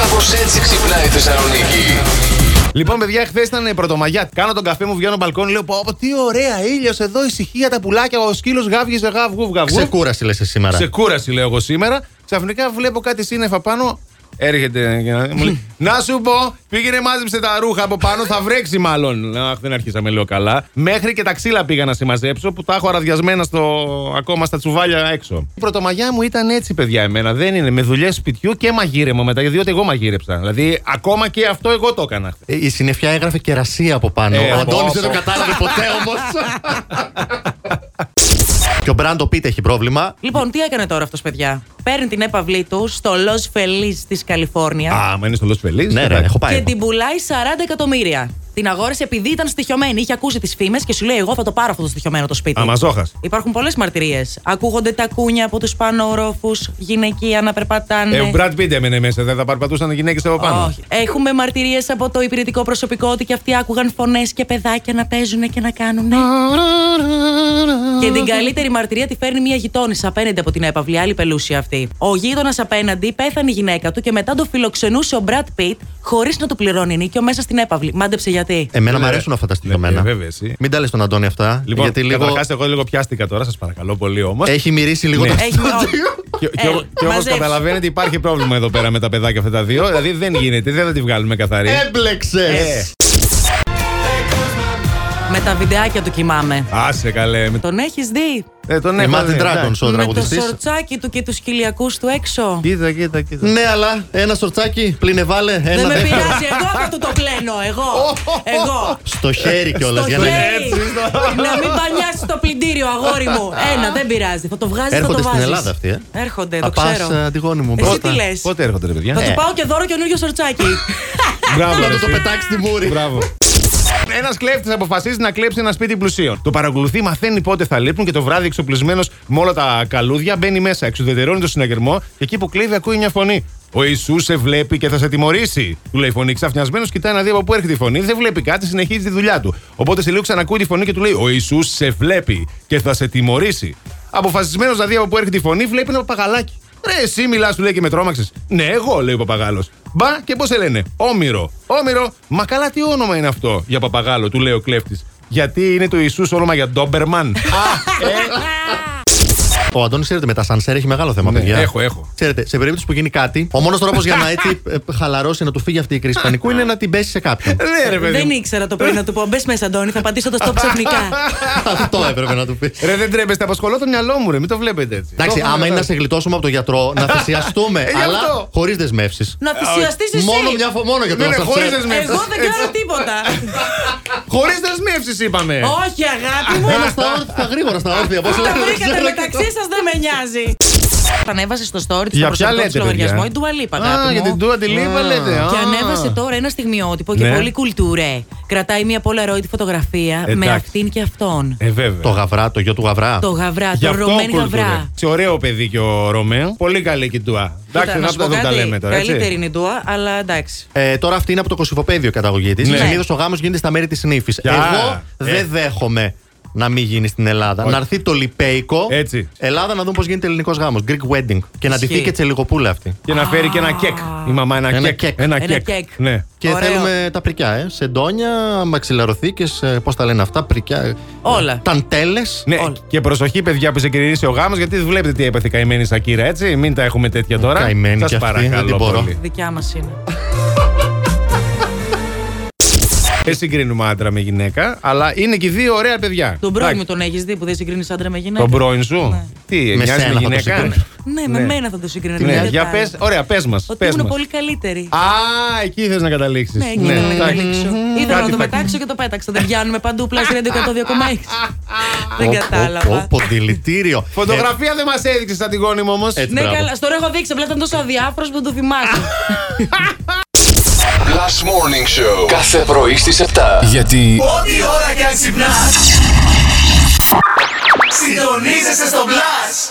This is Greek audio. Κάπως έτσι ξυπνάει η Θεσσαλονίκη. Λοιπόν, παιδιά, χθες ήταν πρωτομαγιά. Κάνω τον καφέ μου, βγαίνω μπαλκόνι, λέω: Πω, πω, τι ωραία ήλιος εδώ, ησυχία τα πουλάκια. Ο σκύλος γάβγιζε γαβγού, γαβγού. Ξεκούραση λε σήμερα. Σε κούραση, λέω εγώ σήμερα. Ξαφνικά βλέπω κάτι σύννεφα πάνω. Έρχεται και να μου λέει: Να σου πω, πήγαινε μάζεψε τα ρούχα από πάνω, θα βρέξει μάλλον. Αχ, δεν αρχίσαμε, λέω καλά. Μέχρι και τα ξύλα πήγα να συμμαζέψω που τα έχω αραδιασμένα στο, ακόμα στα τσουβάλια έξω. Η πρωτομαγιά μου ήταν έτσι, παιδιά, εμένα. Δεν είναι με δουλειές σπιτιού και μαγείρεμα μετά, διότι εγώ μαγείρεψα. Δηλαδή, ακόμα και αυτό εγώ το έκανα. Ε, Η συννεφιά έγραφε κερασία από πάνω. Ε, ο πω, Αντώνης δεν το πω. κατάλαβε ποτέ όμως. και ο Μπράντο Πίτ έχει πρόβλημα. Λοιπόν, τι έκανε τώρα αυτός, παιδιά. Παίρνει την έπαυλή του στο Los Feliz της Καλιφόρνιας Α, μα είναι στο Los Feliz. Ναι, ρε, Ε, εντάξει. έχω πάει. και την πουλάει 40 εκατομμύρια. Την αγόρασε επειδή ήταν στοιχειωμένη. Είχε ακούσει τις φήμες και σου λέει: Εγώ θα το πάρω αυτό το στοιχειωμένο το σπίτι. Αμαζόχας. Υπάρχουν πολλές μαρτυρίες. Ακούγονται τα κούνια από τους πάνω ορόφου, γυναικεία να περπατάνε. Ε, ο Brad Pitt έμενε μέσα, δεν θα παρπατούσαν οι γυναίκες από πάνω. Ναι. Όχι. Έχουμε μαρτυρίες από το υπηρετικό προσωπικό ότι και αυτοί άκουγαν φωνές και παιδάκια να παίζουν και να κάνουν. Και την καλύτερη μαρτυρία τη φέρνει μια γειτόνισσα απέναντι από την έπαυλη, άλλη πελούσια αυτή. Ο γείτονας απέναντι πέθανε η γυναίκα του και μετά το φιλοξενούσε ο Μπρατ Πιτ χωρίς να του πληρώνει νίκιο μέσα στην έπαυλη. Μάντεψε γιατί. Εμένα μου Ναι. αρέσουν αυτά τα Ναι, στοιχειωμένα. βέβαια, εσύ. Μην τα λες τον Αντώνη αυτά. Λοιπόν, γιατί λίγο Ε, καταρχάς, εγώ λίγο πιάστηκα τώρα, σας παρακαλώ πολύ όμως. έχει μυρίσει λίγο Ναι. το Έχει στούντιο. Και, και, Έλα, και όμως ε, μαζέψου. καταλαβαίνετε υπάρχει πρόβλημα εδώ πέρα με τα παιδάκια αυτά τα δύο. Δηλαδή δεν γίνεται, δεν θα τη βγάλουμε καθαρή. Ε, Ε, Έμπλεξες. Ε, Με τα βιντεάκια του κοιμάμαι. Άσε καλέ. Με... Τον έχεις δει. Ε, τον Η έχω, ναι, Imagine Dragons εντάξει. ο με το τραγουδιστής. σορτσάκι του και τους κοιλιακού του έξω. Κοίτα, κοίτα, κοίτα. Ναι, αλλά ένα σορτσάκι πλυνεβάλε. Ένα Δεν με δεύτερο. πειράζει, εγώ θα του το πλένω. Εγώ. εγώ. Στο χέρι κιόλας. Στο για να- χέρι. Να μην πανιάσει το πλυντήριο, αγόρι μου. Ένα, δεν πειράζει. Θα το βγάζεις, θα το Έρχονται βάζει. στην Ελλάδα αυτοί, ε. Έρχονται, το Απάς, ξέρω. ε, Αντιγόνη μου, Εσύ πρώτα. τι λες. Πότε έρχονται, ρε παιδιά. Θα Ε. του πάω και δώρο καινούριο σορτσάκι. Μπράβο, ρε, Να το εσύ. πετάξει τη μούρη. Μπράβο. Ένα κλέφτης αποφασίζει να κλέψει ένα σπίτι πλουσίων. Το παρακολουθεί, μαθαίνει πότε θα λείπουν και το βράδυ εξοπλισμένος με όλα τα καλούδια μπαίνει μέσα, εξουδετερώνει το συναγερμό και εκεί που κλέβει ακούει μια φωνή. Ο Ιησούς σε βλέπει και θα σε τιμωρήσει. Του λέει η φωνή. Ξαφνιασμένος κοιτάει να δει από πού έρχεται η φωνή. Δεν βλέπει κάτι, συνεχίζει τη δουλειά του. Οπότε σε λίγο ξανακούει τη φωνή και του λέει: Ο Ιησούς σε βλέπει και θα σε τιμωρήσει. Αποφασισμένος να δει από πού έρχεται η φωνή, βλέπει ένα παπαγαλάκι. Ρε, εσύ μιλάς, του λέει και με τρόμαξες. Ναι, εγώ, λέει ο παπαγάλος. Μπα και πώς σε λένε, Όμηρο. Όμηρο, μα καλά τι όνομα είναι αυτό για παπαγάλο, του λέει ο κλέφτης. Γιατί είναι το Ιησούς όνομα για Ντόμπερμαν. Ο Αντώνης, ξέρετε, με τα σανσέρ έχει μεγάλο θέμα, Ναι, παιδιά. έχω, έχω. Ξέρετε, σε περίπτωση που γίνει κάτι, ο μόνος τρόπος για να έτσι ε, χαλαρώσει να του φύγει αυτή η κρίση πανικού είναι να την πέσει σε κάποιον. Ναι, ρε, παιδί. Δεν μου. ήξερα το πρωί να του πω. Μπες μέσα, Αντώνη, θα πατήσω το stop Ε, ξαφνικά. Αυτό έπρεπε να του πει. Ρε, δεν τρέπεστε, απασχολώ το μυαλό μου, ρε, μην το βλέπετε έτσι. Εντάξει, Το έχω άμα είναι να καταλάβει. σε γλιτώσουμε από τον γιατρό, να θυσιαστούμε. Ε, γι' αλλά αυτό. χωρίς δεσμεύσεις. Να θυσιαστείς εσύ. Μόνο, μια, φο- μόνο για τον Ναι, ναι, χωρί ασανσέρ. δεσμεύσεις. Εγώ δεν κάνω τίποτα. Χωρίς δεσμεύσει, είπαμε. Όχι, αγάπη μου. Ε. Ένα Ναι, στα όρθια, τα γρήγορα στα όρθια. Πώ Τα λέτε, βρήκατε ξέρω. μεταξύ σας, δεν με νοιάζει. Ανέβασε στο story του Για στο ποια προσωπικό λέτε, της λογαριασμό παιδιά? η Dua Lipa, αγάπη Α, για μου. την Τούα τη Λίβα λέτε. Και α. ανέβασε τώρα ένα στιγμιότυπο και Ναι. πολύ κουλτουρέ. Κρατάει μια Polaroid φωτογραφία με Εντάξει. αυτήν και αυτόν. Ε, βέβαια. Το γαβρά, το γιο του γαβρά. Το γαβρά, Γι' το αυτό ρωμένη κουλτούρε. γαβρά. Σε ωραίο παιδί και ο Ρωμαίο. Πολύ καλή και η Ντουά. Εντάξει, Κοίτα, να σου πω τα δούμε τα κάτι, λέμε τώρα. έτσι. Καλύτερη είναι η Ντουα, αλλά εντάξει. Ε, τώρα αυτή είναι από το Κωσυφοπαίδιο η καταγωγή της. Ναι. Συνήθως ο γάμος γίνεται στα μέρη της νύφη. Γεια. Εγώ Ε. δεν δέχομαι να μην γίνει στην Ελλάδα. Να έρθει το Λιπέικο. Έτσι. Ελλάδα να δούμε πώς γίνεται ελληνικός γάμος. Greek wedding. Και να ντυθεί Ισχύει. και τσελιγοπούλα αυτή. Και να φέρει και ένα κεκ. Η μαμά ένα, Ένα κεκ. κεκ. Ένα, Ένα κεκ. κεκ. Ναι. Και Ωραίο. θέλουμε τα πρικιά, ε. Σεντόνια, μαξιλαροθήκε, πώ ε, τα λένε αυτά, πρικιά. ε, Όλα. Ταντέλες. Ναι, Όλα. και προσοχή, παιδιά, που ξεκινήσει ο γάμος, γιατί βλέπετε τι έπαθε η καημένη Σακύρα, έτσι. Μην τα έχουμε τέτοια τώρα. καημένη Σας κι αυτή, δεν την παρακαλώ μπορώ. πολύ. Δικιά μας είναι. Δεν Ε, συγκρίνουμε άντρα με γυναίκα, αλλά είναι και οι δύο ωραία παιδιά. Τον πρώην μου Ναι. Εντάξει, τον έχεις δει που δεν συγκρίνεις άντρα με γυναίκα. τον πρώην σου. Τι, Με μοιάζει σένα με θα το γυναίκα. συγκρίνω. Ναι, με Ναι. μένα θα το συγκρίνει. Ναι, για πες, ωραία, πες μας. Ότι πες ήμουν μας. πολύ καλύτερη. Α, εκεί θες να καταλήξεις. Ναι, εκεί ήθελα να εντάξει. καταλήξω. Ήθελα Κάτι θα- να το μετάξω και το πέταξα. Δεν πιάνουμε παντού πλάσι ρέντιο 102,6. Δεν Ω, ω, ω, κατάλαβα. Ποντιλητήριο. Φωτογραφία δεν μας έδειξες σαν την γόνη μου όμως. Ε, έτσι, Ναι, μπράβο. καλά. Στο έχω δείξει. Απλά ήταν τόσο αδιάφορος που δεν το θυμάσαι. Last Morning Show. Κάθε πρωί στις 7. Γιατί Ό,τι ώρα κι αν ξυπνάς Συντονίζεσαι στο Blast.